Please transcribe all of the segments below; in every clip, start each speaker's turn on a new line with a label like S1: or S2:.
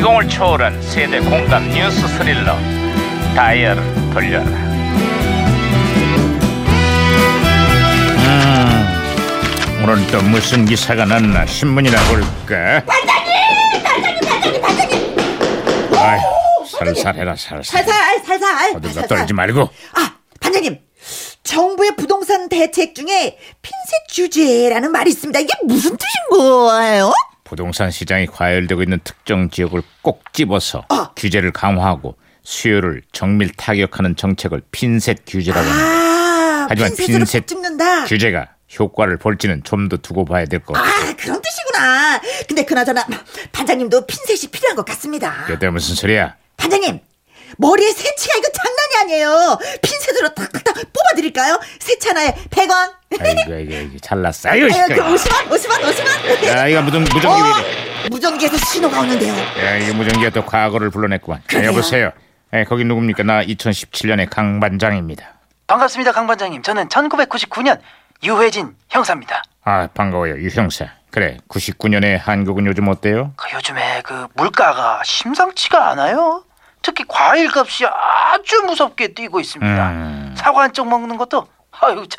S1: 감동을 초월한 세대 공감 뉴스 스릴러 다이얼 돌려라 음, 오늘 또 무슨 기사가 났나 신문이나 볼까 아이, 살살해라 살살
S2: 살살 살살
S1: 어디가
S2: 살살.
S1: 떨지 말고
S2: 아 반장님 정부의 부동산 대책 중에 핀셋 규제라는 말이 있습니다 이게 무슨 뜻인 거예요?
S1: 부동산 시장이 과열되고 있는 특정 지역을 꼭 집어서
S2: 아.
S1: 규제를 강화하고 수요를 정밀 타격하는 정책을 핀셋 규제라고 합니다
S2: 아
S1: 하지만
S2: 핀셋으로
S1: 핀셋
S2: 핀셋 찍는다
S1: 규제가 효과를 볼지는 좀 더 두고 봐야 될 것 같아요.
S2: 아 그런 뜻이구나 근데 그나저나 반장님도 핀셋이 필요한 것 같습니다
S1: 그때 무슨 소리야?
S2: 반장님 머리에 새치가 이거 장난이 아니에요 핀셋으로 탁탁탁 뽑아드릴까요? 새치 하나에 100원
S1: 아이고 아이고, 아이고 잘났어. 아이고
S2: 아유, 그
S1: 시끄러워.
S2: 50원 50원 50원
S1: 야 이거 무전 무전기 왜
S2: 어, 무전기에서 신호가 오는데요
S1: 이래? 야 이거 무전기가 또 과거를 불러냈구만. 야,
S2: 그래요.
S1: 여보세요. 예, 거기 누굽니까? 나 2017년의 강 반장입니다.
S3: 반갑습니다, 강 반장님. 저는 1999년 유해진 형사입니다.
S1: 아 반가워요 유 형사. 그래 99년의 한국은 요즘 어때요?
S3: 그 요즘에 그 물가가 심상치가 않아요. 특히 과일 값이 아주 무섭게 뛰고 있습니다.
S1: 음.
S3: 사과 한 쪽 먹는 것도 아유 참,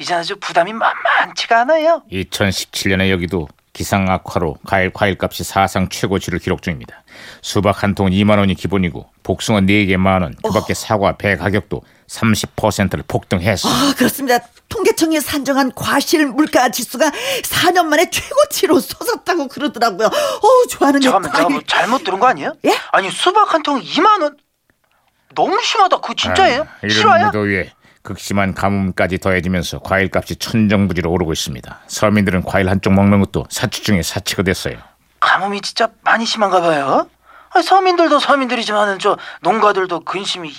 S3: 이제 아주 부담이 만만치가 않아요.
S1: 2017년에 여기도 기상 악화로 과일 과일값이 사상 최고치를 기록 중입니다. 수박 한 통 2만 원이 기본이고 복숭아 4개 만 원, 그밖에 사과 배 가격도 30%를 폭등했어.
S2: 아, 그렇습니다. 통계청이 산정한 과실 물가 지수가 4년 만에 최고치로 솟았다고 그러더라고요. 어우, 좋아하는 이
S3: 잠깐만, 제가 뭐
S2: 과일.
S3: 잘못 들은 거 아니에요?
S2: 예?
S3: 아니 수박 한 통 2만 원. 너무 심하다. 그거 진짜예요?
S1: 아, 이런
S3: 실화야?
S1: 무더위에 극심한 가뭄까지 더해지면서 과일값이 천정부지로 오르고 있습니다. 서민들은 과일 한쪽 먹는 것도 사치 중에 사치가 됐어요.
S3: 가뭄이 진짜 많이 심한가 봐요. 아니, 서민들도 서민들이지만은 저 농가들도 근심이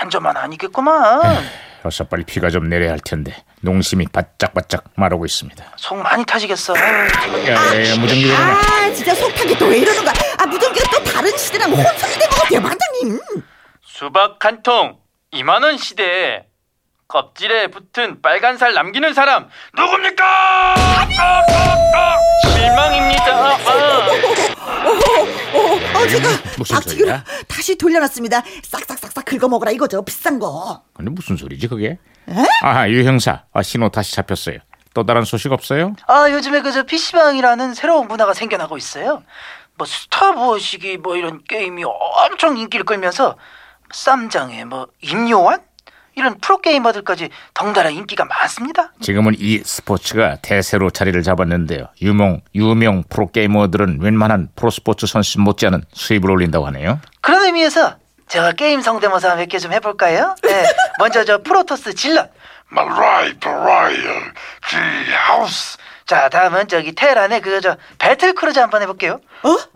S3: 이만저만 아니겠구만.
S1: 어서 빨리 비가 좀 내려야 할 텐데 농심이 바짝바짝 마르고 있습니다.
S3: 속 많이 타시겠어.
S1: 야, 야, 야, 무전기 왜 이러냐?
S2: 아, 진짜 속타기 또 왜 이러는 거야? 아, 무전기가 또 다른 시대랑 혼선이 된것 같아요, 반장님.
S4: 수박 한 통 2만 원 시대에 껍질에 붙은 빨간 살 남기는 사람 누굽니까? 아, 아, 아, 실망입니다. 아, 아.
S2: 어, 어, 제가
S1: 아, 무슨
S2: 박치기로
S1: 소리야?
S2: 다시 돌려놨습니다. 싹싹싹싹 긁어먹으라 이거죠, 비싼 거.
S1: 근데 무슨 소리지 그게? 아하 유 형사 아, 신호 다시 잡혔어요. 또 다른 소식 없어요?
S3: 아 요즘에 그저 PC방이라는 새로운 문화가 생겨나고 있어요. 뭐 스타부어식이 뭐 이런 게임이 엄청 인기를 끌면서 쌈장에 뭐 임요환 이런 프로게이머들까지 덩달아 인기가 많습니다.
S1: 지금은 이 스포츠가 대세로 자리를 잡았는데요. 유명 유명 프로 게이머들은 웬만한 프로 스포츠 선수 못지않은 수입을 올린다고 하네요.
S3: 그런 의미에서 제가 게임 성대모사 몇 개 좀 해볼까요? 네, 먼저 저 프로토스 질럿.
S5: Mariah, Mariah, G House,
S3: 자 다음은 저기 테란의 그저 배틀 크루즈 한번 해볼게요.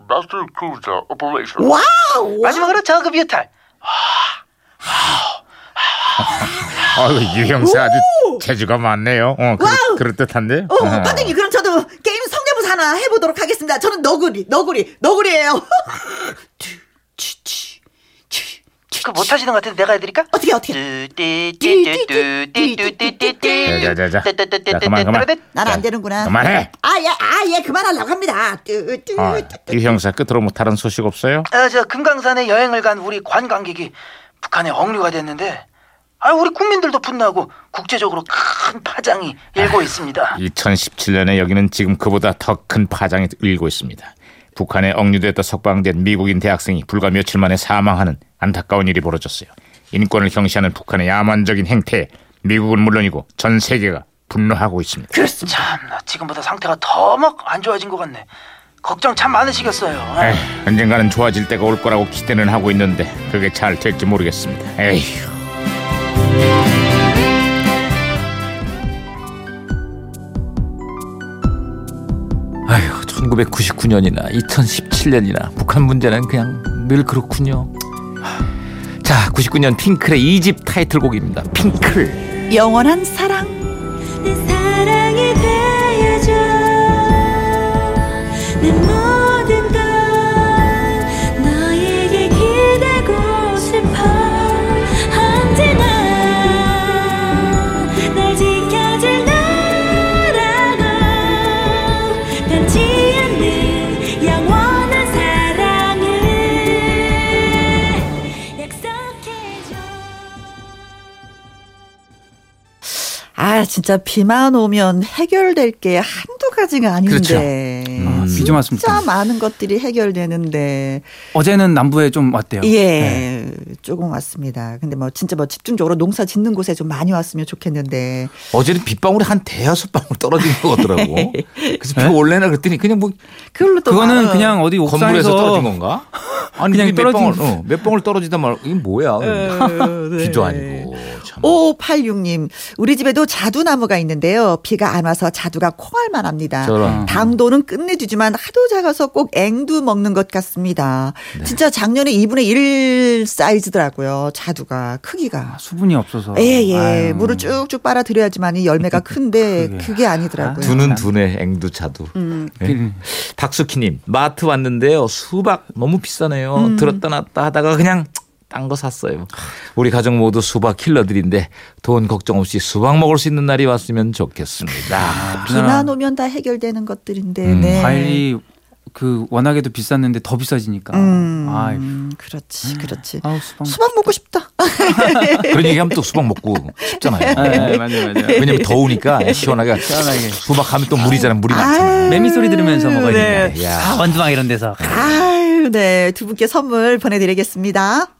S5: Master Cruiser Operation.
S2: 어? 와우!
S1: 아,
S3: 마지막으로 저그 뮤탈.
S1: 아유 유 형사 아주 재주가 많네요. 어
S2: 와우!
S1: 그, 그럴 듯한데.
S2: 어, 반장님, 그럼 저도 게임 성대모사 하나 해보도록 하겠습니다. 저는 너구리, 너구리, 너구리예요
S1: 아.
S3: 그 못하시는 것 같은데 내가 해드릴까?
S2: 어떻게, 어떻게.
S1: 자자자자. 자 그만 그만.
S2: 나는 안
S1: 자,
S2: 되는구나.
S1: 그만해.
S2: 아, 예, 아, 예, 그만하려고 합니다. 뚜, 뚜,
S6: 어.
S1: 아,
S2: 뚜.
S1: 유 형사 끝으로 뭐 다른 소식 없어요?
S3: 아, 저 금강산에 여행을 간 우리 관광객이 북한에 억류가 됐는데 아, 우리 국민들도 분노하고 국제적으로 큰 파장이
S1: 아.
S3: 일고 있습니다.
S1: 2017년에 여기는 지금 그보다 더 큰 파장이 일고 있습니다. 북한에 억류됐다 석방된 미국인 대학생이 불과 며칠 만에 사망하는 안타까운 일이 벌어졌어요. 인권을 경시하는 북한의 야만적인 행태에 미국은 물론이고 전 세계가 분노하고 있습니다.
S2: 그렇습니다.
S3: 참나 지금보다 상태가 더 막 안 좋아진 것 같네. 걱정 참 많으시겠어요. 예.
S1: 에휴, 언젠가는 좋아질 때가 올 거라고 기대는 하고 있는데 그게 잘 될지 모르겠습니다. 에휴.
S7: 아휴 1999년이나 2017년이나 북한 문제는 그냥 늘 그렇군요 자 99년 핑클의 2집 타이틀곡입니다 핑클
S2: 영원한 사랑.
S8: 내 사랑이 되어줘 내 모든 걸 너에게 기대고 싶어 언제나 날 지켜줄 너라고 변치 않는 영원한 사랑을
S2: 아, 진짜 비만 오면 해결될 게 한두 가지가 아닌데.
S6: 아, 비좀 왔습니다.
S2: 진짜 많은 것들이 해결되는데
S6: 어제는 남부에 좀 왔대요.
S2: 예
S6: 네.
S2: 조금 왔습니다. 근데 뭐 진짜 뭐 집중적으로 농사 짓는 곳에 좀 많이 왔으면 좋겠는데
S7: 어제는 빗방울이 한 대여섯 방울 떨어진 것 같더라고. 그래서 비 올래나 그랬더니 그냥 뭐
S2: 그걸로 또
S6: 그거는
S2: 나는
S6: 그냥 어디
S7: 건물에서 떨어진
S6: 옥상에서
S7: 건가? 아니
S6: 그냥
S7: 그게
S6: 떨어진-
S7: 몇 방울, 어, 몇 방울 떨어지다 말 이게 뭐야?
S2: 네.
S7: 비도 아니고 참.
S2: 5586님, 우리 집에도 자두나무가 있는데요. 비가 안 와서 자두가 콩알만 합니다.
S7: 저런.
S2: 당도는 끝내주지만 하도 작아서 꼭 앵두 먹는 것 같습니다. 진짜 작년에 2분의 1 사이즈더라고요. 어, 자두가, 크기가.
S6: 수분이 없어서.
S2: 예, 예.
S6: 아유.
S2: 물을 쭉쭉 빨아들여야지만 이 열매가 큰데
S6: 그게.
S2: 그게 아니더라고요.
S7: 두는 두네 앵두차두. 네. 음.
S6: 길-
S7: 박수키님 마트 왔는데요 수박 너무 비싸네요 들었다 놨다 하다가 그냥 딴 거 샀어요 우리 가족 모두 수박 킬러들인데 돈 걱정 없이 수박 먹을 수 있는 날이 왔으면 좋겠습니다
S2: 비만 오면 다 해결되는 것들인데, 네.
S6: 음, 과일이 그 워낙에도 비쌌는데 더 비싸지니까.
S2: 음,
S6: 아이,
S2: 그렇지, 그렇지.
S6: 아우 수박.
S2: 수박 먹고 싶다.
S7: 그런 얘기하면 또 수박 먹고 싶잖아요
S6: 아, 예, 맞아요, 맞아요.
S7: 왜냐면 더우니까 시원하게
S6: 시원하게.
S7: 수박 하면 또 물이잖아 물이 많잖아요
S6: 매미 소리 들으면서 먹어야
S2: 네.
S6: 아, 되는데.
S7: 야.
S6: 원두막 이런 데서.
S2: 아유, 네. 두 분께 선물 보내드리겠습니다.